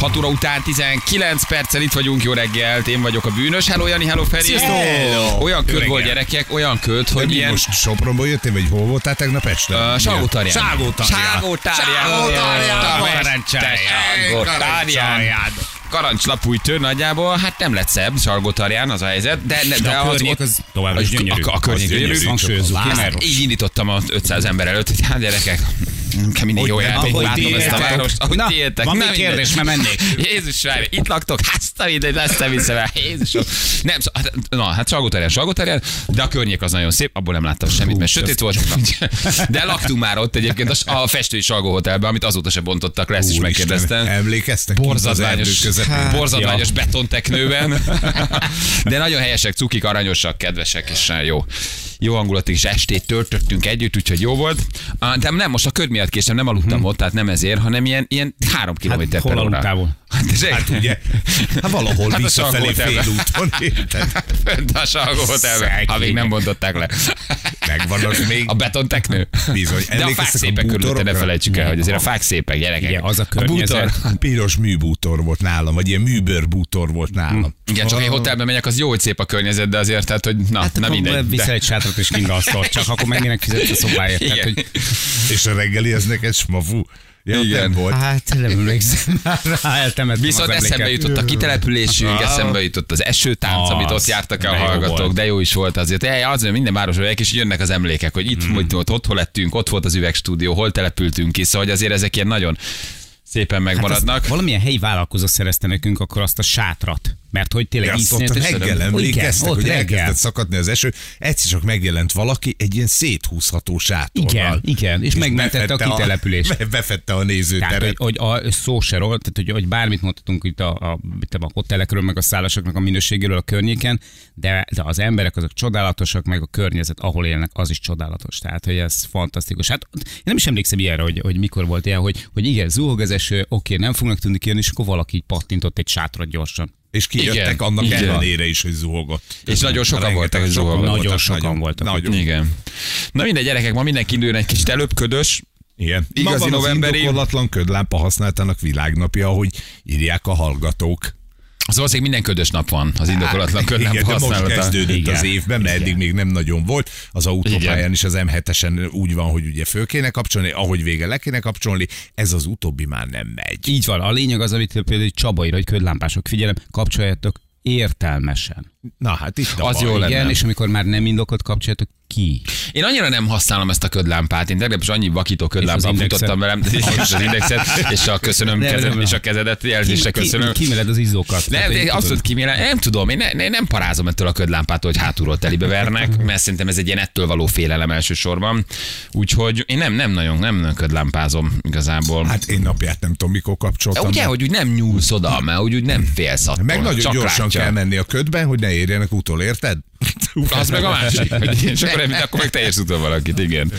6 óra után 19 perccel itt vagyunk, jó reggelt, én vagyok a bűnös, hello Jani, hello Feri. Sziasztok! Hello! Olyan Jó köd volt reggelt. gyerekek, olyan köd, hogy Hogy ilyen... most Sopronból jöttél, vagy hol voltál tegnap este? Uh, Salgótarján. Salgótarján. Salgótarján. Salgótarján. Salgótarján. Salgótarján. Karácsonyád. Karancslapújtő nagyjából, hát nem lett szebb Salgótarján az a helyzet, de, de, De de a az környék ott, az továbbra is a- gyönyörű. A, a környék Az gyönyörű. gyönyörű, Hangsúlyozzuk ki, Láz. mert Így indítottam az 500 ember előtt, hogy hát gyerekek, nem kell mindig jó játék, ahogy látom ti ezt a éltek. várost, ahogy ti éltek. van Na még mindegy. kérdés, mert mennék. Jézus várj, itt laktok, hát azt a mindegy, ezt nem hiszem el. Jézusom. Nem, szó- hát, na, hát Salgóterjen, Salgóterjen, de a környék az nagyon szép, abból nem láttam semmit, mert sötét volt. De laktunk már ott egyébként a- a festői Salgó Hotelben, amit azóta se bontottak le, ezt is Úristen, megkérdeztem. Emlékeztek? Borzadványos, Hát, Kint az erdő közepén. borzadványos Hát, Ja. betonteknőben. De nagyon helyesek, cukik, aranyosak, kedvesek, és jó. Jó hangulatig is estét töltöttünk együtt, úgyhogy jó volt. Á, De nem, most a köd miatt késtem, nem aludtam ott, tehát nem ezért, hanem ilyen, ilyen három kilométer Mhm. Hát hol per óra. aludtál volna? Hát, de- Hát ugye, hát valahol Hát a visszafelé Salgótarján. félúton, érted? Fönt a Salgó Hotelben, Szegény. ha még nem bontották le. Megvan az még. A betonteknő. Bizony. De a Emlékeztek fák a szépek körülötte, ne bútorokra? felejtsük el, hogy azért a fák szépek, gyerekek. Igen, az a bútor. környezet. Piros műbútor volt nálam, vagy ilyen műbőrbútor volt nálam. Igen, csak egy hotelbe megyek, az jó, hogy szép a környezet, de azért, tehát, hogy na, Hát nem mindegy. Viszel De. egy sátrat és kingasztol, csak akkor meg minek fizetsz a szobáért. Tehát, Igen. hogy, És a reggeli ez neked smafu. Ja, Igen. nem volt. hát nem emlékszem már rá, eltemettem Viszont az eszembe emléket. jutott a kitelepülésünk, Ah. eszembe jutott az esőtánc, Az, amit ott jártak el a de jó hallgatók, volt. de jó is volt azért. Ej, Az, hogy minden városban vagyok, és jönnek az emlékek, hogy Hmm. itt, mm. ott, ott, hol lettünk, ott volt az üvegstúdió, hol települtünk ki, szóval hogy azért ezek ilyen nagyon szépen Hát azt megmaradnak. valamilyen helyi vállalkozó szerezte nekünk akkor azt a sátrat. Mert hogy tényleg Azt ott iszonyat- a Istenem. reggel emlékeztek, Igen, ott hogy reggel. elkezdett szakadni az eső, egyszer csak megjelent valaki egy ilyen széthúzható sátorral. Igen, igen, és megmentette a befette kitelepülést. be- Befette a Tehát, hogy, nézőteret. hogy a szó se róla, tehát hogy, hogy bármit mondhatunk itt a, a, itt a hotelekről, meg a szállásoknak a minőségéről a környéken, de, de az emberek azok csodálatosak, meg a környezet, ahol élnek, az is csodálatos. Tehát, hogy ez fantasztikus. Hát én nem is emlékszem ilyenre, hogy, hogy mikor volt ilyen, hogy, hogy igen, zuhog az eső, oké, nem fognak tudni kijönni, és akkor valaki így pattintott egy sátrat gyorsan. És kijöttek Igen, annak így van. ellenére is, hogy zuhogott. És nagyon sokan Rengeteg voltak, hogy sokan zuhogott. voltak, Nagyon sokan nagyon- voltak. Nagyon. Igen. Na minden gyerekek, ma mindenki induljon egy kicsit előbb, ködös. Igen. Igazi Ma van novemberi- Az indokolatlan ködlámpa használatának világnapja, ahogy írják a hallgatók. Az valószínűleg Szóval minden ködös nap van, az indokolatlan Hát, Igen, ködlámpa de most használata. kezdődött Igen. az évben, mert eddig még nem nagyon volt. Az Igen. autópályán is az M7-esen úgy van, hogy ugye föl kéne kapcsolni, ahogy vége le kéne kapcsolni, ez az utóbbi már nem megy. Így van, a lényeg az, amit például Csabaira, hogy ködlámpások, figyelem, kapcsoljatok értelmesen. Na hát itt a Az baj. jó lenne. Igen, és amikor már nem indokot kapcsoljatok ki. Én annyira nem használom ezt a ködlámpát, én tegnap is annyi vakító ködlámpát És az indexet. futottam velem, és az indexet, és a köszönöm Nem, kezed, nem. és a kezedet jelzésre köszönöm. Kimeled az izzókat. Nem, de abszolút kimélem, nem tudom, én, ne, én nem parázom ettől a ködlámpától, hogy hátulról telibe vernek, mert szerintem ez egy ilyen ettől való félelem elsősorban. Úgyhogy én nem, nem nagyon, nem, nagyon ködlámpázom igazából. Hát én napját nem tudom, mikor De kapcsoltam. Ugye, be. hogy úgy nem nyúlsz oda, mert úgy, úgy nem félsz attól. Meg nagyon csak gyorsan látja. kell menni a ködben, hogy ne érjenek utol, érted? Az meg a másik. Hogy és akkor, remélem, akkor meg te érsz utol valakit, igen.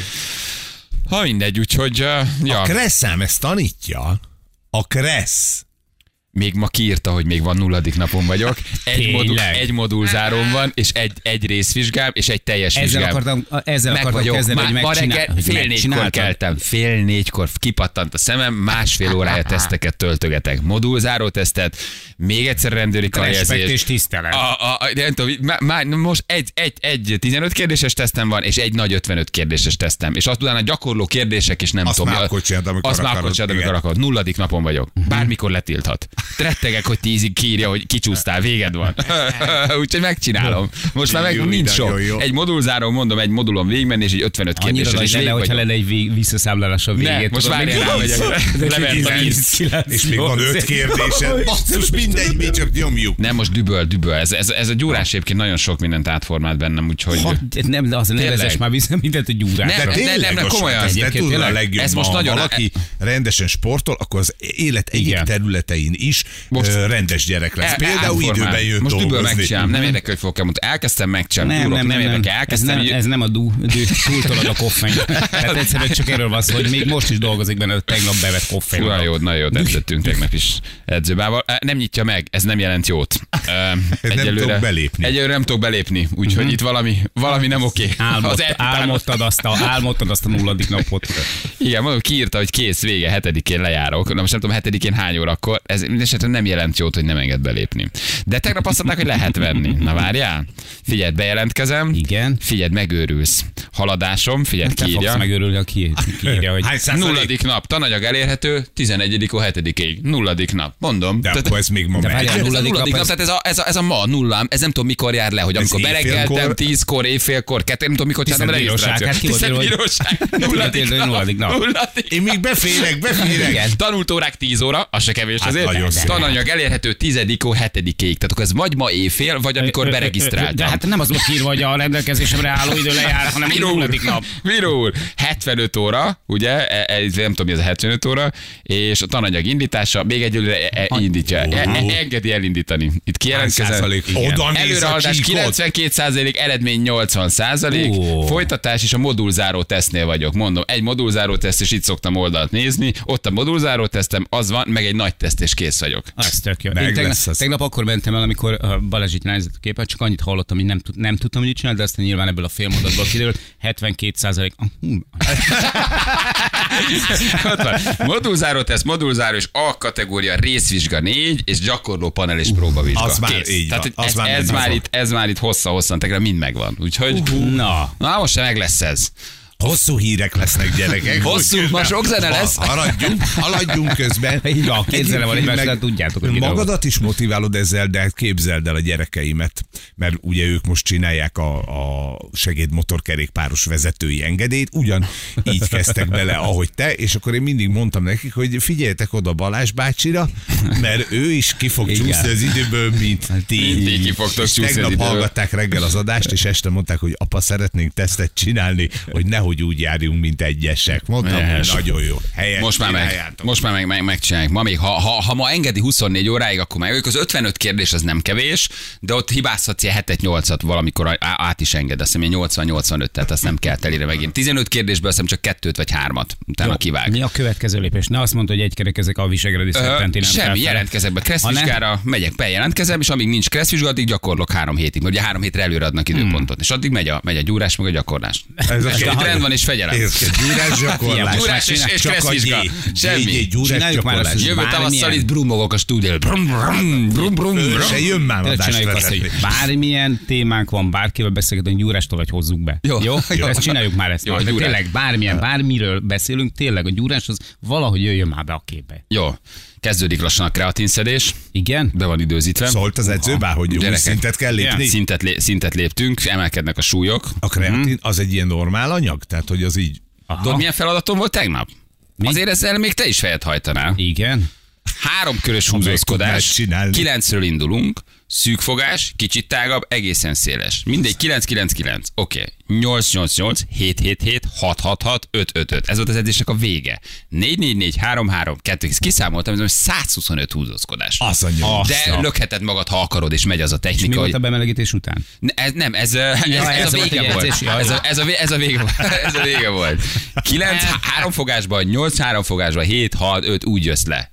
Ha mindegy, úgyhogy, uh, ja, A kresszám ezt tanítja. A kressz. még ma kiírta, hogy még van nulladik napon vagyok. Egy, modul, Tényleg? egy modulzárom van, és egy, egy részvizsgám, és egy teljes Ezzel vizsgám. akartam, ezzel meg akartam vagyok. kezdeni, hogy Már ma megcsinál- reggel hogy fél négykor megcsináltad. keltem. Fél négykor kipattant a szemem, másfél órája teszteket töltögetek. Modulzáró tesztet, még egyszer rendőri Respekt és karjelzést. tisztelet. A, a, a, de nem tudom, má, má, most egy, egy, egy 15 kérdéses tesztem van, és egy nagy 55 kérdéses tesztem. És azt utána gyakorló kérdések, és nem Azt tudom. már mi a- akkor csináld, amikor Azt már akkor akarod, csináld, amikor igen. Mhm. akarod. Nulladik napon vagyok. Bármikor letilthat. Rettegek, hogy tízig kírja, hogy kicsúsztál, véged van. Úgyhogy megcsinálom. Most már Jó, meg nincs sok. nagyon jó. Egy modulzáron mondom, egy modulon végigmenni, és így 55 Annyira kérdéssel nagy is lenne, végig hogyha vagyok. lenne egy vég- visszaszámlálás a végét. Ne, most tudod, várjál, még- rámegyek. Levert a víz. És még van öt kérdésed. Basszus, mindegy, mi csak nyomjuk. Nem, most düböl, düböl. Ez, ez, ez a gyúrás egyébként nagyon sok mindent átformált bennem, úgyhogy... Hat- hát Nem, de az nem Tényleg. vezess már vissza mindent a Nem, gyúrásra. De nem, tényleg, nem, most komolyan. ezt te Egyébként tudod a tényleg. legjobb. Ez most Ha nagyon- valaki rendesen sportol, akkor az élet egyik Igen. területein is is Most- E, Most rendes gyerek lesz. Például átformál. időben jött Most dolgozni. ebből megcsinálom, nem érdekel, hogy fogok elmondani. Elkezdtem megcsinálni, nem, nem, nem, érdekel, ez elkezdtem. nem, így- ez nem a dú, dú túltolod a koffein. Tehát egyszerűen csak erről van szó, hogy még most is dolgozik benne a tegnap bevett koffein. Fura jó, nagyon jót edzettünk tegnap is edzőbával. Eh, Nem nyitja meg, ez nem jelent jót. Eh, Nem tudok belépni. Egyelőre nem tudok belépni, úgyhogy itt valami, valami nem oké. Álmod, eltitáló- álmodtad, azt a, álmodtad azt a nulladik napot. Igen, mondom, kiírta, hogy kész, vége, hetedikén lejárok. Na most nem tudom, hetedikén hány órakor. Ez mindesetre nem jelent jót, hogy nem enged belépni. De tegnap azt mondták, hogy lehet venni. Na várjál. Figyeld, bejelentkezem. Igen. Figyeld, megőrülsz. Haladásom, figyeld, Te fogsz kiírja. megörülni, ha ki- kiírja, hogy... Hány százalék? Nulladik nap, tananyag elérhető, 11 ó 7 Nulladik nap, mondom. De Tehát- akkor ez még ma De megy. várjál, ez a nulladik, nulladik nap, nap, tehát ez a, ez, a, ez a ma nullám, ez nem tudom mikor jár le, hogy amikor éjfélkor? bereggeltem, tízkor, éjfélkor, kettő, nem tudom mikor csináltam Tiszent bíróság, regisztrációt. hát ki volt Tiszent írva, hogy- bíróság, nulladik írva, hogy nap. nulladik nap. Nulladik Én még befélek, befélek. igen. Tanult órák 10 óra, az se kevés Hát azért. nagyon szép. Tananyag elérhető 10-ó 7 Tehát akkor ez vagy ma éjfél, vagy amikor beregisztráltam. De hát nem az volt írva, hogy a rendelkezésemre álló idő lejár, hanem a Miró úr, nulladik nap. Miró úr, 75 óra, ugye, E- e- nem tudom mi ez a 75 óra, és a tananyag indítása még egyelőre e- e- indítja, e- e- engedi elindítani. Itt kijelentkezem. százalék? Oda néz a Előrehaladás csíkot. 92 százalék, eredmény 80 százalék, Ó. folytatás és a modulzáró tesztnél vagyok. Mondom, egy modulzáró teszt, és itt szoktam oldalt nézni, ott a modulzáró tesztem, az van, meg egy nagy teszt, és kész vagyok. Az tök jó. Meg Én tegnap, lesz az. tegnap akkor mentem el, amikor ö, Balázs itt lányzott a képet, csak annyit hallottam, hogy nem, tud, nem tudtam, hogy mit csinál, de aztán nyilván ebből a félmondatból kiderült, 72 százalék. Ah, hát Ott van. Modulzáró teszt, modulzáró és A kategória részvizsga 4, és gyakorló panel és próbavizsga. az már Kész. így Tehát ez, van, az ez, már ez, nem már jó. itt, ez már itt hossza-hosszan, tegnap mind megvan. Úgyhogy... Na, Na, most se meg lesz ez. Hosszú hírek lesznek, gyerekek. Hosszú, Úgyhogy ma nem. sok zene Ma lesz. Haladjunk, haladjunk közben. Így van, két zene van Egyébként meg egymás után, tudjátok, hogy mi Magadat is motiválod ezzel, de képzeld el a gyerekeimet, mert ugye ők most csinálják a, a segédmotorkerékpáros vezetői engedélyt, ugyan így kezdtek bele, ahogy te, és akkor én mindig mondtam nekik, hogy figyeljetek oda Balázs bácsira, mert ő is ki fog Igen. csúszni az időből, mint ti. Mindig Hát ki fogtok És csúszni az Tegnap időből. hallgatták reggel az adást, és este mondták, hogy apa, szeretnénk tesztet csinálni, hogy nehogy úgy járjunk, mint egyesek. Mondtam, hogy Helyes. nagyon jó. Helyes, Most már meg, csináljátok. most már meg, meg megcsinálják. Ma még, ha, ha, ha, ma engedi 24 óráig, akkor meg ők az 55 kérdés az nem kevés, de ott hibázhatsz ilyen 7-8-at valamikor á- át is enged, azt hiszem ilyen 80-85, tehát azt nem kell telire megint. 15 kérdésből azt hiszem csak kettőt vagy hármat, utána jó, kivág. mi a következő lépés? Ne azt mondta, hogy egy kerekezek a Visegradi Ö, Szerpentinán. semmi, felfelé. jelentkezek be Ha ne- kresszvizsgára, megyek, bejelentkezem, és amíg nincs kresszvizsga, addig gyakorlok három hétig, mert ugye három hétre előre adnak időpontot, és addig megy a, megy a gyúrás, meg a gyakorlás. Ez a És két- itt rend van és fegyelem. Érted, Hát gyúrás gyakorlás. Fiam, gyúrás és- és Csak a kresszvizsga. gyé- Semmi. gyé- gyé- Gyúrás Csináljuk már azt, gyakorlás. hogy Jövő tavasszal bármilyen- itt brumolok a stúdióban. Brum, brum, brum, brum, Ő brum. Se jön már Tényleg adást csináljuk azt, vezetni. hogy bármilyen témánk van, bárkivel beszélgetünk, gyúrástól vagy hozzuk be. Jó. Jó? Jó. Ezt csináljuk már ezt. Jó, Jó, már. De gyúrás. tényleg bármilyen, bármiről beszélünk, tényleg a gyúrás az valahogy jöjjön már be a képbe. Jó, kezdődik lassan a kreatinszedés, Igen? be van időzítve. Szólt az edző bár, hogy új Gyerekek. szintet kell lépni. Szintet, lé, szintet léptünk, emelkednek a súlyok. A kreatin Mhm. az egy ilyen normál anyag? Tehát, hogy az így... Tudod, milyen feladatom volt tegnap? Mi? Azért ezzel még te is fejet hajtanál. Igen? Három körös tudnád húzózkodás, csinálni. kilencről indulunk, szűkfogás, kicsit tágabb, egészen széles. Mindegy, 999, oké, 888, 777, 666, 555. Ez volt az edzések a vége. 444, 33, 2, kiszámoltam, ez 125 húzózkodás. Azt mondja. A- De Assza. lökheted magad, ha akarod, és megy az a Mi technika, volt hogy... a bemelegítés után? Ne, ez, nem, ez, ez, ez, ez ez a volt vége egy volt. edzés, jaj. Ez a, ez, a, vé- ez a vége volt. Ez a vége volt. 9 három fogásban, 8 három fogásban, 7 6 5 úgy jössz le.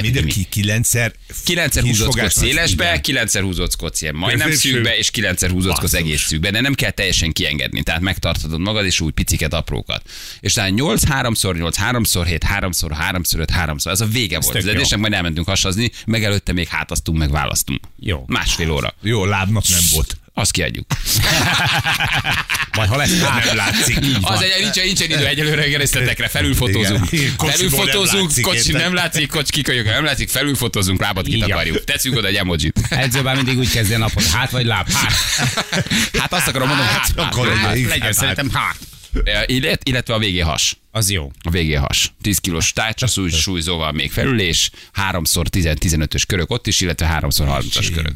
Mindenki kilencszer... 9 kis húzódszkodsz fogásnak. szélesbe, 9 húzódszkodsz ilyen majdnem Középső. szűkbe, és 9 húzódszkodsz Basszus. egész szűkbe, de nem kell teljesen kiengedni, tehát megtarthatod magad, és úgy piciket, aprókat. És talán 8, 3x, 8, 3x, 7, 3x, 3x, 5, 3x, ez a vége volt. tök Ez edésnek majd elmentünk hasazni, meg előtte még hátaztunk, meg választunk. Jó. Másfél óra. Jó, lábnap nem volt. Azt kiadjuk. Vagy ha lesz, hát nem látszik. Így Az van. egy, nincsen, nincsen idő egyelőre részletekre, felülfotózunk. Igen. Kocsiból nem Felülfotózunk, látszik, kocsi érted? nem látszik, kocsi kikölyök, ha nem látszik, felülfotózunk, lábat Így van. kitakarjuk. Teszünk oda egy emojit. Edző már mindig úgy kezdi a napot, hát vagy láb, hát. Hát azt akarom mondani, hát, hát, akkor hát, egy- Legyen hát. szerintem hát. hát. Illet- Illetve a végé has. Az jó. A végé has. 10 kilós tárcsa, súly, súlyzóval még felülés, 3x15-ös körök ott is, illetve 3x30-as körök.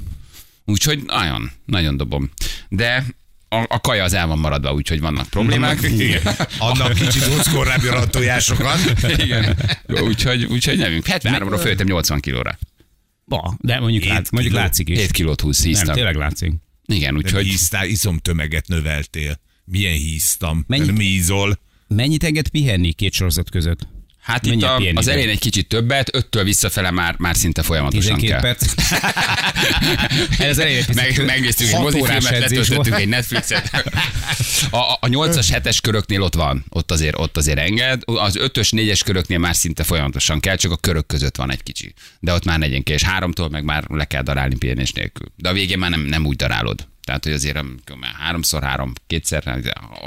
Úgyhogy nagyon, nagyon dobom. De a, a kaja az el van maradva, úgyhogy vannak problémák. Igen. Annak kicsit húszkorrábbja a tojásokat. Igen. Úgyhogy, úgyhogy nem. 73-ra föltem 80 kilóra. Ba, de mondjuk, Hét lát, mondjuk kiló. látszik is. 7 kilót húsz Nem, híztam. tényleg látszik. Igen, De hogy... úgyhogy híztál, izomtömeget növeltél. Milyen híztam? Mennyi? Nem ízol. Mennyit enged pihenni két sorozat között? Hát itt Mennyit a, pihenni? az elején egy kicsit többet, öttől visszafele már, már szinte folyamatosan 12 kell. perc. Hát az elején egy picit Meg, több. megnéztük egy Hat mozifilmet, órás edzés volt. letöltöttünk egy Netflixet. A, a, a 8-as, 7-es köröknél ott van, ott azért, ott azért enged. Az 5-ös, 4-es köröknél már szinte folyamatosan kell, csak a körök között van egy kicsi. De ott már negyen és háromtól meg már le kell darálni pihenés nélkül. De a végén már nem, nem úgy darálod. Tehát, hogy azért amikor már háromszor, három, kétszer,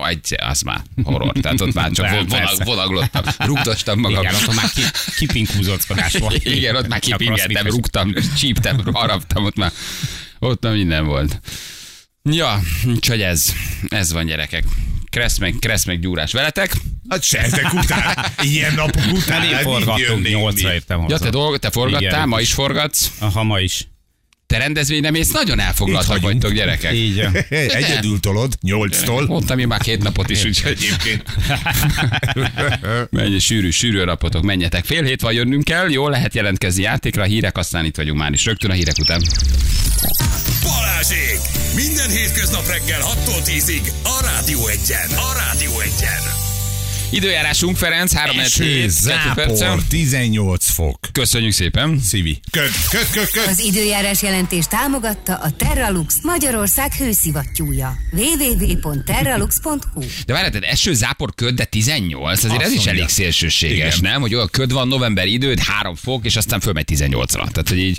egy, az már horror. Tehát ott már csak Nem, vo- vonag, persze. vonaglottam, rugdostam magam. Igen, akkor már ki- kipinghúzódkodás volt. Igen, ott már A crossfit kipingettem, között. rúgtam, csíptem, haraptam, ott már, ott már minden volt. Ja, úgyhogy ez, ez van gyerekek. Kressz meg, kressz meg gyúrás veletek. Hát se ezek után, ilyen napok után. Hát én hát így forgattunk jönnénk 8-ra mi. értem Ja, haza. te, dolg, te forgattál, Igen. ma is forgatsz. Aha, ma is. Te rendezvényre mész, nagyon elfoglaltak vagyunk. vagytok gyerekek. Így. ja. Hé, Egyedül tolod, nyolctól. Mondtam én már két napot is, úgyhogy Egyébként. menj, sűrű, sűrű napotok, menjetek. Fél hét van jönnünk kell, jól lehet jelentkezni játékra, hírek, aztán itt vagyunk már is, rögtön a hírek után. Balázsék! Minden hétköznap reggel 6-tól 10-ig a Rádió Egyen. A Rádió Egyen. Időjárásunk, Ferenc, 3 Eső, zápor, 18 fok. Köszönjük szépen. Szivi. Köd, köd, köd, köd. Az időjárás jelentés támogatta a Terralux Magyarország hőszivattyúja. www.terralux.hu De várjál, tehát eső, zápor, köd, de 18, azért Azt ez is mondja. elég szélsőséges, Igen. nem? Hogy olyan köd van, november időd, 3 fok, és aztán fölmegy 18-ra. Tehát, hogy így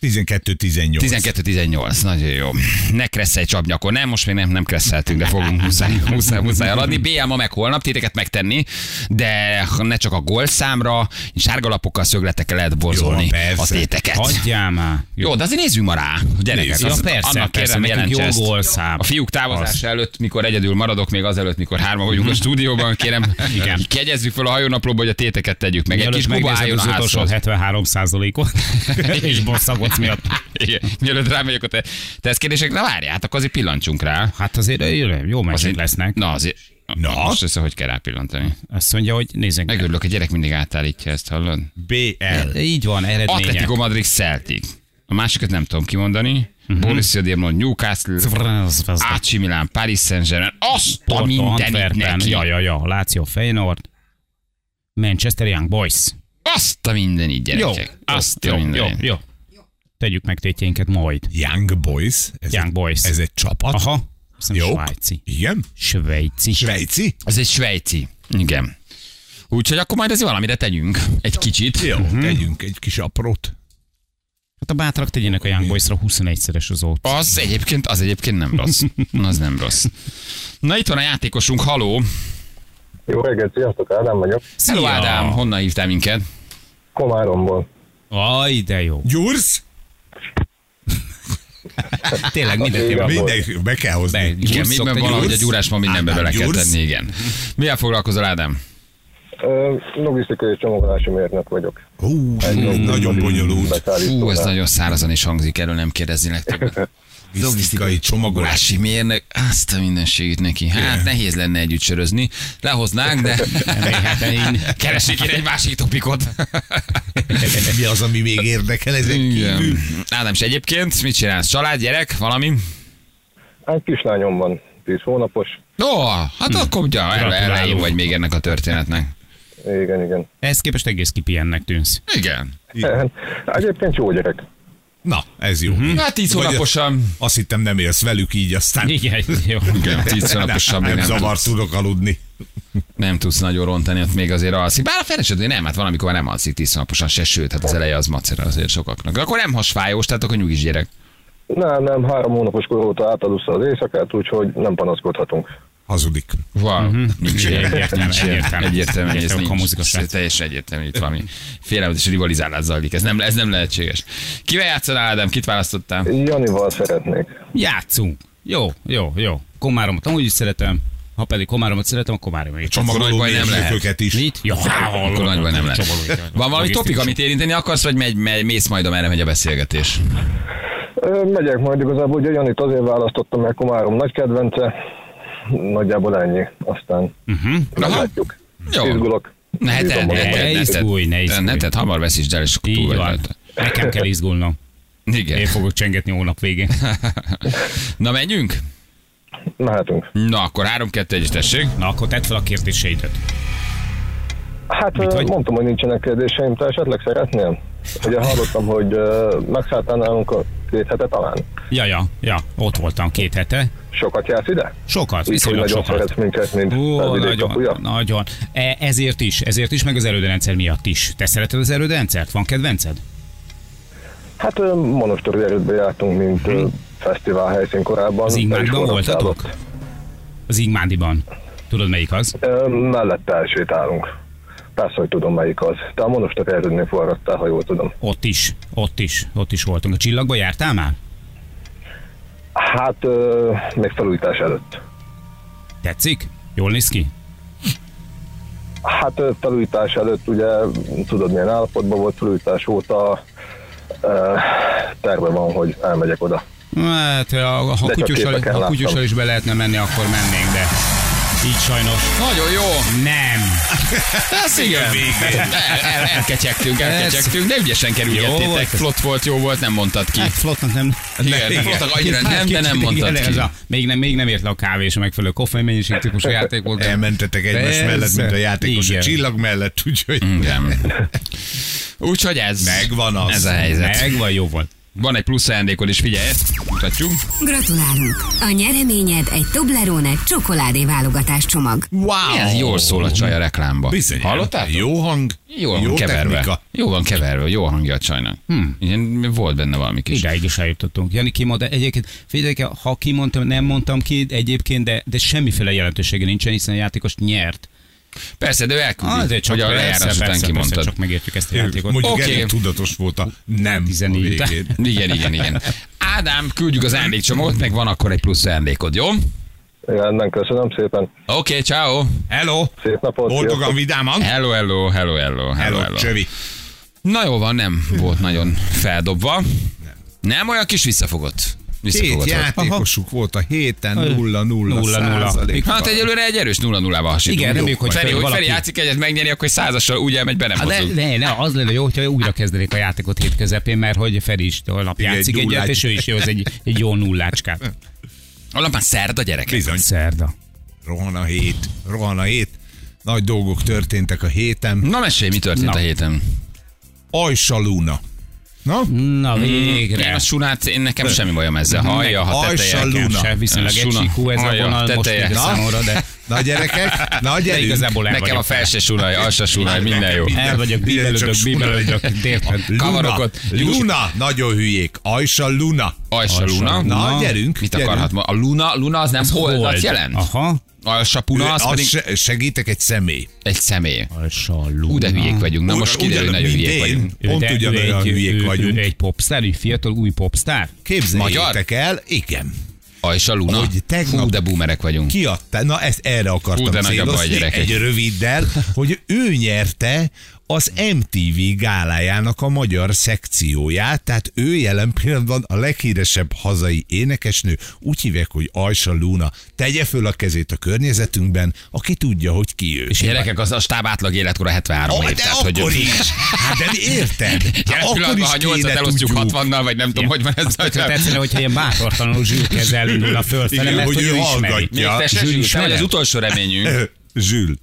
12-18. 12-18, nagyon jó. Ne kresszelj csapnyakon, nem, most még nem, nem kresszeltünk, de fogunk muszáj, muszáj, muszáj haladni. BL ma meg holnap téteket megtenni, de ne csak a gólszámra, sárgalapokkal, szögletekkel lehet borzolni Jó, persze. a téteket. Hagyjál már. Jó, de azért nézzünk ma rá, gyerekek. Nézzük. azt- Ja, persze, annak persze, kérem, nekünk jelentse jó ezt. gólszám. A fiúk távozása Az. előtt, mikor egyedül maradok, még azelőtt, mikor hárman vagyunk a stúdióban, kérem, Mhm. Igen. kegyezzük fel a hajónaplóba, hogy a téteket tegyük meg. Egy Mielőtt kis guba megnézed álljon a az utolsó házhoz. 73 ot és bosszagodsz miatt. Igen. Mielőtt rámegyek a te, te ezt kérdésekre várjál, hát akkor azért pillancsunk rá. Hát azért ö, jó meccsek lesznek. Na azért. Na? Na. Most össze, hogy kell rápillantani. Azt mondja, hogy nézzünk. meg. Megörülök, a gyerek mindig átállítja ezt, hallod? BL. Így van, eredmények. Atletico Madrid Celtic. A másikat nem tudom kimondani. Mhm. Uh-huh. Borussia Dortmund, Newcastle, AC Milan, Paris Saint-Germain, azt a Porto, mindenit Antwerpen, neki. ja, ja, ja, Láció, Feyenoord, Manchester Young Boys. Azt a mindenit, gyerekek. Azt a jó, jó, mindenit. jó. Tegyük meg tétjeinket majd. Young Boys. Ez Young egy, Boys. Ez egy csapat. Aha, azt hiszem Jó. svájci. Igen. Svejci. Svejci? Ez egy svejci. Igen. Úgyhogy akkor majd azért valamire tegyünk. Egy kicsit. Jó, tegyünk egy kis aprót. Hát a bátrak tegyenek a Young Boys-ra 21-szeres az ott. Az egyébként, az egyébként nem rossz. Az nem rossz. Na itt van a játékosunk, haló. Jó reggelt, sziasztok, Ádám vagyok. Hello Ádám, honnan hívtál minket? Komáromból. Aj, de jó. Gyursz? Tényleg mindent Igen. éve. Mindenki, be kell hozni. Be- Igen, Gyursz minden szokta, valahogy a Gyursz? gyúrás ma mindenbe Ádám bele kell Gyursz? tenni, igen. Mivel foglalkozol Ádám? Ö, Logisztikai és csomagolási mérnök vagyok. Hú, Hmm, nagyon bonyolult. Fú, ez Beszállítónál. nagyon szárazon is hangzik, erről nem kérdezni legtöbbet. Logisztikai csomagolás. Logolási mérnök, azt a mindenségét neki. Hát nehéz lenne együtt sörözni. Lehoznánk, de hát én keresik én egy másik topikot. Mi az, ami még érdekel ezek kívül? Igen. Ádám, és egyébként mit csinálsz? Család, gyerek, valami? Egy kislányom van, 10 hónapos. Ó, hát akkor ja, el- Gratulálunk. elején vagy még ennek a történetnek. Igen, igen. Ehhez képest egész kipihennek tűnsz. Igen. Egyébként jó gyerek. Na, ez jó. Hát tíz Vagy- hónaposan. Azt hittem nem élsz velük így, aztán Igen, jó. Hát. Igen, tíz hónaposan még nem, nem nem, zavar, tudsz, tudok aludni. nem tudsz nagyon rontani, ott még azért alszik. Bár a felesed, hogy nem, hát valamikor már nem alszik tíz hónaposan se, sőt, hát az eleje az macera azért sokaknak. De Akkor nem hasfájós, tehát akkor nyugis gyerek. Nem, nem, három hónapos kor óta átalussza az éjszakát, úgyhogy nem panaszkodhatunk. Hazudik. Van. Mhm. Uh-huh. Nincs ilyen. Egyértelmű, Nincs ilyen. egyértelmű. Egyértelmű, hogy ez Egyértelmű, nincs. kamuzik a srác. Ez teljesen egyértelmű, itt valami félelmetes rivalizálás zajlik. Ez nem, ez nem lehetséges. Kivel játszanál, Ádám? Kit választottál? Janival szeretnék. Játszunk. Jó, jó, jó. Komáromot amúgy is szeretem. Ha pedig komáromat szeretem, akkor komárom még. nagy Csomagoló baj nem lehet. őket is. Mit? Ja, Akkor nagy baj nem lehet. Van valami topik, amit érinteni akarsz, vagy megy, megy, mész majd, amerre megy a beszélgetés? Ö, Megyek majd igazából, ugye Janit azért választottam, mert Komárom nagy kedvence. Nagyjából ennyi. Aztán Mhm. meglátjuk. Jó. Izgulok. Ne, Bízom te, ne, magamban. te, Ne ne, izgulj, ne te, izgulj. ne, tehát hamar veszítsd el, és akkor túl Így vagy van. rajta. Nekem kell izgulnom. Én Igen. fogok csengetni hónap végén. Na menjünk? Mehetünk. Na akkor 3-2-1, tessék. Na akkor tedd fel a kérdéseidet. Hát ö, vagy? mondtam, hogy nincsenek kérdéseim, te esetleg szeretném? Ugye hallottam, hogy ö, megszálltál nálunk a két hete talán. Ja, ja, ja, ott voltam két hete. Sokat jársz ide? Sokat, Így, hogy Hát viszonylag nagyon sokat. szeretsz minket, mint Ó, Felvidék kapuja. nagyon, nagyon. E, ezért is, ezért is, meg az erődrendszer miatt is. Te szereted az erődrendszert? Van kedvenced? Hát ö, monostori erődbe jártunk, mint ö, fesztivál helyszín korábban. Mhm. Az Ingmárban Feliskolnak voltatok? szállott. Az Igmándiban. Tudod melyik az? Ö, Mellette elsétálunk. Persze, hogy tudom melyik az. Te a monostori erődnél forradtál, ha jól tudom. Ott is, ott is, ott is voltunk. A csillagba jártál már? Hát ö, még felújítás előtt. Tetszik? Jól néz ki? Hát ö, felújítás előtt ugye tudod milyen állapotban volt felújítás óta ö, terve van, hogy elmegyek oda. Hát, ha, ha csak kutyussal, képeken ha láttam. kutyussal is be lehetne menni, akkor mennénk, de így sajnos Nagyon jó. nem. Ez Hát igen. El, el, elkecsegtünk, elkecsegtünk, de ügyesen Jó kerülgettétek. volt. Flott volt, jó volt, nem mondtad ki. Hát flottnak nem. Igen, flottak annyira nem, de nem Kicsit, mondtad igen, ki. ez a- Még nem, még nem ért le a kávé és a megfelelő koffeinmennyiség típusú játék volt. de- Elmentetek egymás Persze. mellett, mint a játékos a Igen. csillag mellett, úgyhogy Igen. Úgyhogy ez. megvan az. Ez a helyzet. Megvan, jó volt. Van egy plusz ajándékod is, figyelj ezt. Mutatjuk. Gratulálunk! A nyereményed egy Toblerone csokoládé válogatás csomag. Wow. Ez jól szól a csaj a reklámba. Bizony. Hallottátok? Jó hang, Jól van jó keverve. technika. Jól van keverve, jó a hangja a csajnak. Hm. Igen, volt benne valami kis. Idáig is eljutottunk. Jani kimondta, egyébként figyelj, kell, ha kimondtam, nem mondtam ki egyébként, de, de semmiféle jelentősége nincsen, hiszen a játékos nyert. Persze, de ő elküldi, Azért hogy a persze, lejárás persze, után persze, kimondtad. Csak megértük ezt a Ő játékot. Mondjuk Oké. elég tudatos volt a nem a 14. végén. Igen, igen, igen. Ádám, küldjük az ajándékcsomagot, meg van akkor egy plusz ajándékod, jó? Oké, Rendben, köszönöm szépen. okay, ciao. Hello! Szép napot. Boldogan, sziasztok. vidáman? Hello, hello, hello, hello, hello, Hello, hello. Csövi. Na jó van, nem volt nagyon feldobva. Nem olyan kis visszafogott. Két Visszafogott volt. játékosuk volt a héten, 0-0 Nulla-nulla. százalék. Hát egyelőre egy erős 0 0 val hasítunk. Igen, reméljük, hogy Feri, Feri hogy Feri valaki- játszik egyet, megnyeri, akkor egy százassal úgy elmegy, be nem Hát ne, hozzuk. ne, ne, az lenne jó, hogyha újra kezdenék a játékot hét közepén, mert hogy Feri is holnap Igen, játszik egy egyet, nullát. és ő is jössz egy, egy jó nullácskát. Alap már szerda gyerek. Bizony. Szerda. Rohan a hét. Rohan a hét. Nagy dolgok történtek a héten. Na mesélj, mi történt Na. a héten? Ajsa Luna. Na? Mm. Na Én végre. a sunát, én nekem semmi bajom ezzel. Hallja, ha Ajsa teteje. Luna. Nekem se viszonylag egy Suna. síkú ez a Alja, vonal most teteje. így Na. számomra, de Na gyerekek? Na de gyerünk. igazából el Nekem a vagyok. felső sunaj, alsó sunaj, minden jó. El vagyok, Figyelj, bíbelődök, csak bíbelődök, délután. Luna. Kavarokot. Luna. Nagyon hülyék. Ajsa Luna. Alsa Luna. Na, gyerünk. Mit gyerünk. akarhat ma? A Luna, Luna az nem holdat jelent? Aha. Alsa Puna, az Az pedig se- segítek egy személy. egy személy. Alsalú. Hú, de hülyék vagyunk. Na Ugyan- most kiderül, hogy ugyan- nagyon mint hülyék én. vagyunk. Pont de ő ugyanolyan egy- hülyék ő- ő vagyunk. Egy popstar, egy fiatal új popstar. Képzeljétek el, igen. Ajsa Luna. Hogy tegnap- Hú, de boomerek vagyunk. Kiadta, na ezt erre Hú, akartam de nagy a baj, célozni, gyerekek. egy röviddel, hogy ő nyerte az MTV gálájának a magyar szekcióját, tehát ő jelen pillanatban a leghíresebb hazai énekesnő, úgy hívják, hogy Ajsa Luna. Tegye föl a kezét a környezetünkben, aki tudja, hogy ki ő. És gyerekek, az a stáb átlag életkora 73 Ah, év. de tehát, akkor hogy- is! Hát de érted? Hát Jelen akkor pillanatban, is ha 8-at kéne elosztjuk tudjuk. 60-nal, vagy nem tudom, hogy van ez. Tökre tetszene, hogyha ilyen bátortalanul zsűrkezzel indul a fölfele, Igen, mert hogy hogy ő ő ismeri. hallgatja. Még te se Zsűri zsűri, te vagy az ismered? utolsó reményünk. Ö, Zsül.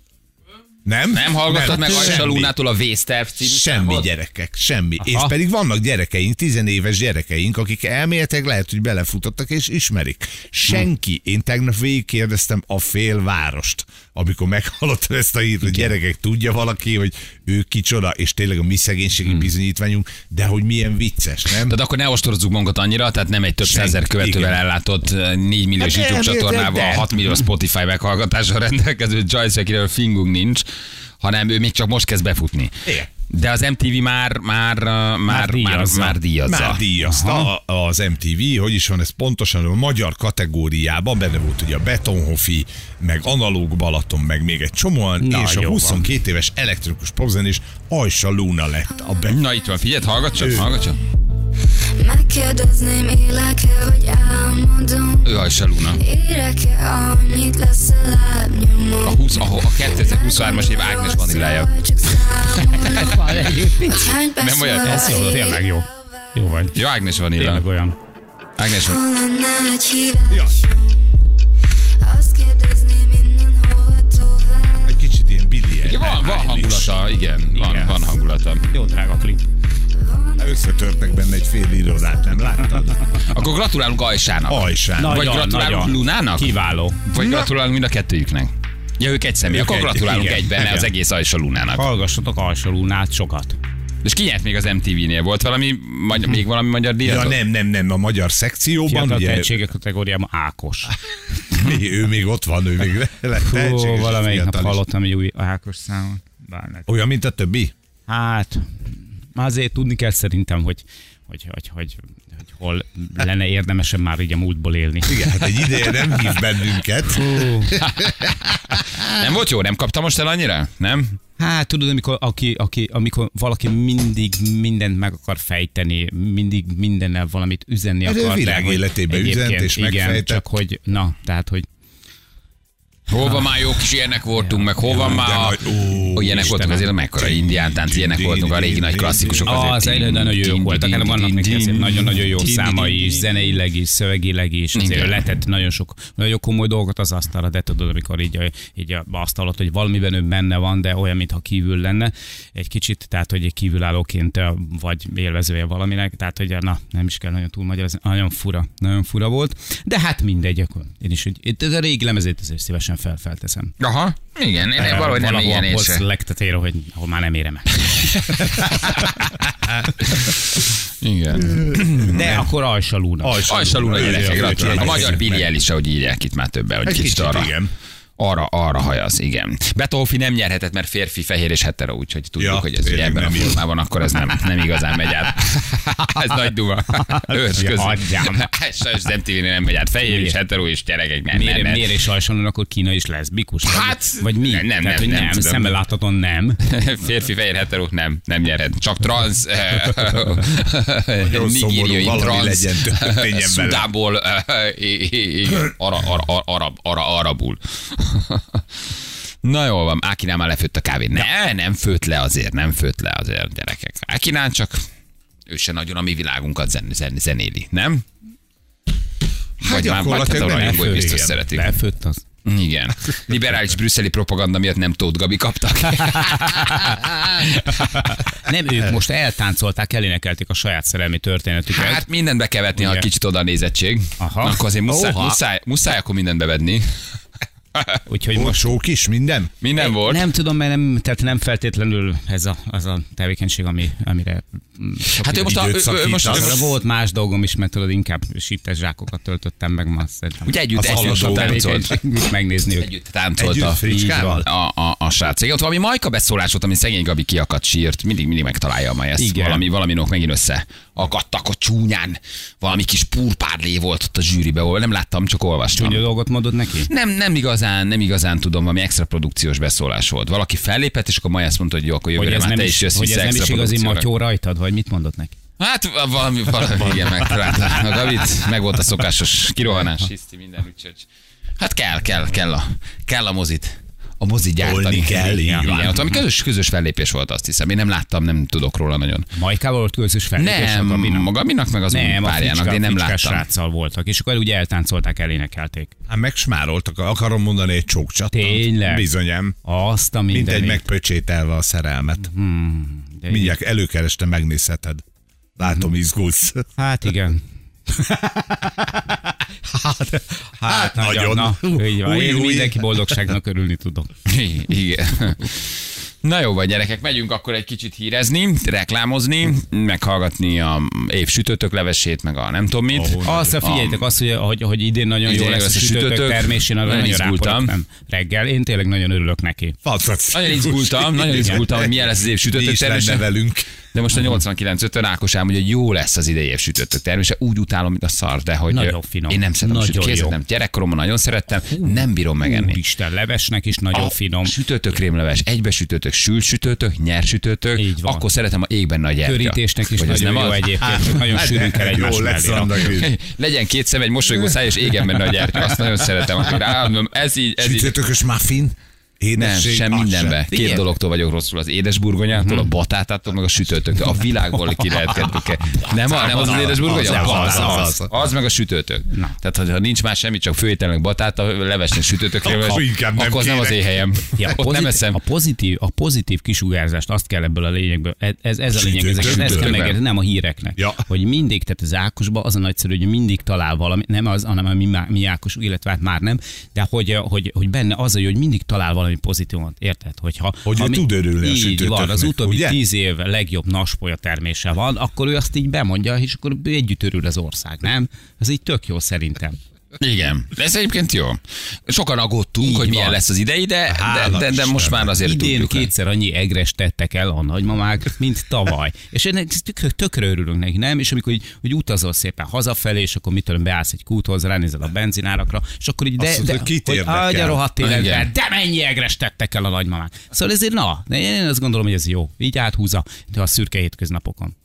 Nem? Nem hallgattad meg Semmi. Ajsa Lunától a Vészterv című Semmi számot? gyerekek, semmi. Aha. És pedig vannak gyerekeink, tizenéves gyerekeink, akik elméletek lehet, hogy belefutottak és ismerik. Senki. Én tegnap végigkérdeztem a félvárost, amikor meghallottam ezt a hírt, hogy gyerekek, tudja valaki, hogy ő kicsoda, és tényleg a mi szegénységi Hmm. bizonyítványunk, de hogy milyen vicces, nem? Tehát akkor ne ostorozzuk magunkat annyira, tehát nem egy több Senki. százer követővel Igen. ellátott eh, 4 milliós Hát YouTube nem, csatornával, érted, de. 6 millió Spotify meghallgatással rendelkező Joyce, akiről fingunk nincs, hanem ő még csak most kezd befutni. Igen. De az MTV már, már, eh, már, már, díjazza. már díjazza. Már díjazta a- az MTV, hogy is van ez pontosan, a magyar kategóriában benne volt ugye a Betonhofi, meg Analóg Balaton, meg még egy csomóan, Na, és a jó 22 éves elektronikus popzenés Ajsa Luna lett a be. Na itt van, figyeld, hallgat csak, hallgat csak. Megkérdezném, élek-e, vagy álmodom Ő a Saluna. Érek-e, annyit lesz a lábnyomom A, 20, a, a 2023-as év Ágnes Vanilája. Nem olyan, ez jó, tényleg jó. Jó vagy. Jó, Ágnes Vanilla. Tényleg olyan. Ágnes Vanilla. Egy kicsit ilyen billie. Van, van hangulata, igen. Van, Igen. van hangulata. Jó drága klip. Összetörtek benne egy fél irodát, nem láttad? Akkor gratulálunk Ajsának. Ajsán. Vagy gratulálunk Lunának? Kiváló. Vagy gratulálunk mind a kettőjüknek. Ja, ők egy személy, Ők akkor egy- gratulálunk igen, egyben igen. az egész Ajsa Lunának. Hallgassatok alsó Lunát sokat. És ki nyert még az MTV-nél? Volt valami, magyar, még valami magyar díjat? Ja, nem, nem, nem, a magyar szekcióban, Fiatal ugye, tehetségek kategóriában Ákos. mi- ő még ott van, ő még le, Ó, tehetséges. valamelyik nap fiatal is. hallottam egy új Ákos számot. Bárnek. Olyan, mint a többi? Hát, azért tudni kell szerintem, hogy hogy, hogy, hogy, hogy hol lenne érdemesen már így a múltból élni. Igen, hát egy ideje nem hív bennünket. Ó, nem volt jó, nem kaptam most el annyira? Nem? Hát tudod, amikor, aki, aki, amikor valaki mindig mindent meg akar fejteni, mindig mindennel valamit üzenni Hát ő akar. de világ hogy életébe üzent egyébként és Igen, megfejtett. csak hogy, na, tehát, hogy Hova már jó kis ilyenek voltunk, meg hova már a... nagy- ó, Ó, ilyenek voltunk azért, mekkora indián tánc, ilyenek voltunk a régi nagy klasszikusok. azért. Ah, az egyre nagyon jók voltak, hanem vannak neki azért nagyon-nagyon jó számai is, zeneileg is, szövegileg is, azért Igen. ő letett nagyon sok, nagyon komoly dolgot az asztalra, de tudod, amikor így, a- így a asztalot, hogy valamiben ő benne van, de olyan, mintha kívül lenne egy kicsit, tehát hogy egy kívülállóként eh, vagy élvezője valaminek, tehát hogy na, nem is kell nagyon túl magyarázni, nagyon fura, nagyon fura volt, de hát mindegy, akkor én is, hogy itt ez a régi lemezét azért szívesen felfelteszem. Aha, igen, én valahogy nem ilyen én Valahol se. legtetér, hogy ahol már nem érem el. Igen. De akkor Alsa Luna. Ajsa Luna gyerekek, gratulálok. A magyar Egy Billy Ellis, ahogy írják itt már többen, hogy kicsit kicsit, arra. igen. Arra, arra hajaz, igen. Betolfi nem nyerhetett, mert férfi, fehér és hetero, úgyhogy tudjuk, Ja, hogy ez ugye tényleg ebben a nem jó. formában, akkor ez nem, nem igazán megy át. ez nagy duma. Ős Ja, között. hagyjam. Sajnos nem tv nem megy át. Fehér és Miért? hetero és gyerekek, nem, Miért, nem, nem. miért és alsóan, akkor Kína is leszbikus? Vagy- Hát, vagy mi? nem, nem, Tehát, nem, hogy nem nem, tudom. szemmel láthatóan nem. Férfi fehér heteró nem, nem nyerhet. Csak transz, eh, szomorú, nigériai valami transz, legyen, történjen vele. szudából, eh, i- i- igen, ara, ara, ara, arab, ara, arabul. Na jól van, Ákinál már lefőtt a kávé. Ne, nem főtt le azért, nem főtt le azért, gyerekek. Ákinál csak ő se nagyon a mi világunkat zen, zen, zenéli, nem? Vagy már, vagy hát a gyakorlatilag nem rajongói fő, biztos igen. szeretik. Lefőtt az. Igen. Liberális brüsszeli propaganda miatt nem Tóth Gabi kaptak. Nem, ők most eltáncolták, elénekelték a saját szerelmi történetüket. Hát mindent be kell vetni, ha Ugye. kicsit oda a nézettség. Aha. Aha. Akkor azért muszáj, Oha. muszáj, muszáj akkor mindent bevedni. Úgyhogy most Morsók is, minden? Minden volt. nem tudom, mert nem, tehát nem feltétlenül ez a, az a tevékenység, ami, amire... mm, sok Hát ő időt- most, a, ő, időt ő, ő most, szakítasz. ő Azra most volt más dolgom is, mert tudod, inkább sítes zsákokat töltöttem meg ma szerintem. ugye együtt, Az együtt haladó táncolt. Mit megnézni ők. Együtt táncolt a, Együtt fricskával? a, a, a srác. Igen, ott valami Majka beszólás volt, ami szegény Gabi kiakadt sírt. Mindig, mindig megtalálja a Maja ezt. Igen. Valami, valami nok megint össze akadtak ott csúnyán. Valami kis purpárlé volt ott a zsűribe, ahol nem láttam, csak olvastam. Csúnya dolgot mondod neki? Nem, nem igazán, nem igazán tudom, valami extra produkciós beszólás volt. Valaki fellépett, és akkor Maja azt mondta, hogy jó, akkor Hogy jövőre ez már nem te is, is jössz hogy ez vissza nem is extra igazi produkcióra. matyó rajtad, vagy mit mondott neki? Hát valami, valami igen, megtaláltam. A Gabit meg volt a szokásos kirohanás, hiszti minden, úgyhogy. Hát kell, kell, kell a, kell a mozit. A mozi gyártani. Tolni kell, így igen, van. igen, ott ami közös, közös fellépés volt, azt hiszem. Én nem láttam, nem tudok róla nagyon. Majkával volt közös fellépés Nem, a Gabinak? a Gabinak meg az új nem, a párjának, de én nem fricska láttam. sráccal voltak, és akkor ugye eltáncolták, elénekelték. Hát megsmároltak, akarom mondani, egy csókcsattant. Tényleg? Bizonyám. Azt a minden. Mindegy, mi- Hmm, megpöcsételve a szerelmet. de- Mhm. Mindjárt előkerestem, megnézheted. Látom, izgulsz. Hát igen. hát, hát, nagyon. Na, így van. Új, Én új. mindenki boldogságnak örülni tudok. I- Igen. Na jó vagy gyerekek, megyünk akkor egy kicsit hírezni, reklámozni, meghallgatni a év sütőtök levesét, meg a nem tudom mit. Azt a figyeljetek, azt, hogy, hogy, hogy idén nagyon Idén jó lesz a sütőtök termés, én arra Nagyon nagyon izgultam. rápolok, nem reggel. Én tényleg nagyon örülök neki. Facac. Nagyon izgultam, nagyon izgultam, hogy milyen lesz az év Mi sütőtök is lenne termése. velünk. De most a 89-5-ön Ákos ám, hogy jó lesz az idei év sütöttök termése. Úgy utálom, mint a szar, de hogy Nagyon finom. én nem szeretem Nagyon sütni. jó. Nem gyerekkoromban nagyon szerettem, nem bírom megenni. Isten levesnek is nagyon A finom. Sütőtök krémleves, egybe sütőtök, sült sütőtök, nyers sütőtök, Így van. akkor szeretem a égben nagy gyertya. Körítésnek is Vagy az nagyon jó az? egyébként, Hát, hogy nagyon sűrűn kell egymás Jó lesz mellé. annak is. Legyen két szem, egy mosolygó száj, és égen benne a gyertya. Azt nagyon szeretem. Akkor Ráadom, ez így, ez így. Sütőtökös muffin? Nem, Édesség? sem Az mindenbe. Két Igen. dologtól vagyok rosszul, az édesburgonyától, a Mhm. batátától, meg a sütőtöktől. A világból ki lehet kedvük. Nem, a- nem az az édesburgonya? Az, az, az, Az, az. az, meg a sütőtök. Tehát, ha- ha nincs más semmi, csak főétel, meg batáta, levesnek sütőtök, Akkor leves, inkább nem akkor az nem az kérek. én helyem. Ja, Ott nem eszem. a, pozitív, a pozitív kisugárzást azt kell ebből a lényegből, ez, ez, ez a lényeg, Sütőtök, ezeket ezt kell sütőtök. megérteni, nem a híreknek. Ja. Hogy mindig, tehát az Ákosban az a nagyszerű, hogy mindig talál valami, nem az, hanem a mi, Má- mi Ákos, illetve hát már nem, de hogy, hogy, hogy benne az, a jó, hogy mindig talál valami pozitívot, érted? Hogyha, Hogy ha ő mi- tud örülni a Így van, az sütőtöknek, utóbbi ugye? tíz év legjobb naspolya termése van, akkor ő azt így bemondja, és akkor ő együtt örül az ország, nem? Ez így tök jó szerintem. Igen, De ez egyébként jó. Sokan aggódtunk, Így hogy milyen van. lesz az idei, de, de, de, de most már azért Idén tudjuk. le. kétszer annyi egres tettek el a nagymamák, mint tavaly. És ennek tök, tökre örülünk neki, nem? És amikor így, hogy utazol szépen hazafelé, és akkor mitől beállsz egy kúthoz, ránézel a benzinárakra, és akkor így de, Azt mondod, de hogy kit érdekel? hogy, a rohadt Na, életben, Hát igen. de mennyi egres tettek el a nagymamák. Szóval ezért na, de én azt gondolom, hogy ez jó. Így áthúzza de a szürke hétköznapokon.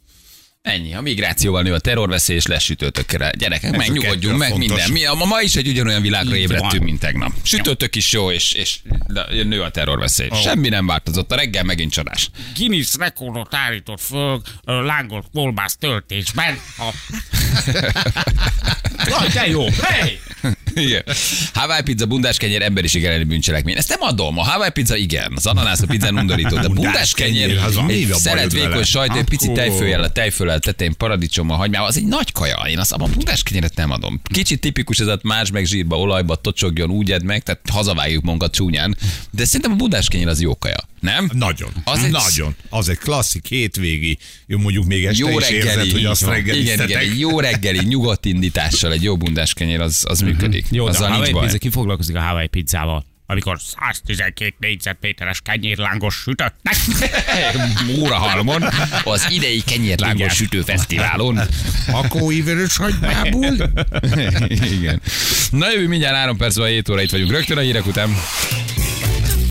Ennyi, a migrációval nő a terrorveszély, és lesütőtökre. Gyerekek, meg a kettő nyugodjunk, a meg fontos. minden. Mi, a, ma- ma is egy ugyanolyan világra Így ébredtünk, van. mint tegnap. Sütőtök is jó, és, és de nő a terrorveszély. Semmi nem változott, a reggel megint csodás. Guinness rekordot állított föl ö, lángolt kolbász töltésben. A Na, de jó! Hey! Igen. Hawaii pizza, bundás kenyér, emberiség elleni bűncselekmény. Ezt nem adom. A Hawaii pizza igen, az ananász a pizzán undorító, de bundás Bundás kenyér, kenyér, az van. Mi egy a szeret bajod vékony vele? sajt, egy Hát, pici ó. tejfőjel, a tejfőjel tetején paradicsommal, hagymával, az egy nagy kaja. Én azt a bundás kenyeret nem adom. Kicsit tipikus ez a más meg zsírba, olajba, tocsogjon, úgy edd meg, tehát hazavágjuk magunkat csúnyán. De szerintem a bundás kenyér az jó kaja, nem? Nagyon. Az Az egy- egy... Nagyon. Az egy klasszik hétvégi, jó, mondjuk még este Jó is reggeli, érzed, hogy így azt van. igen, igen, reggeliztetek. egy jó reggeli, nyugodt indítással, egy jó bundás kenyér, az, az működik. Jó, de a Azzal nincs Hawaii baj. pizza, ki foglalkozik a Hawaii pizzával? amikor 112 négyzetméteres kenyérlángos sütöttek. Mórahalmon, az idei kenyérlángos sütőfesztiválon. Akói vörös hagymából? Igen. Na jövő mindjárt három perc, van 7 óra itt vagyunk. Rögtön a hírek után.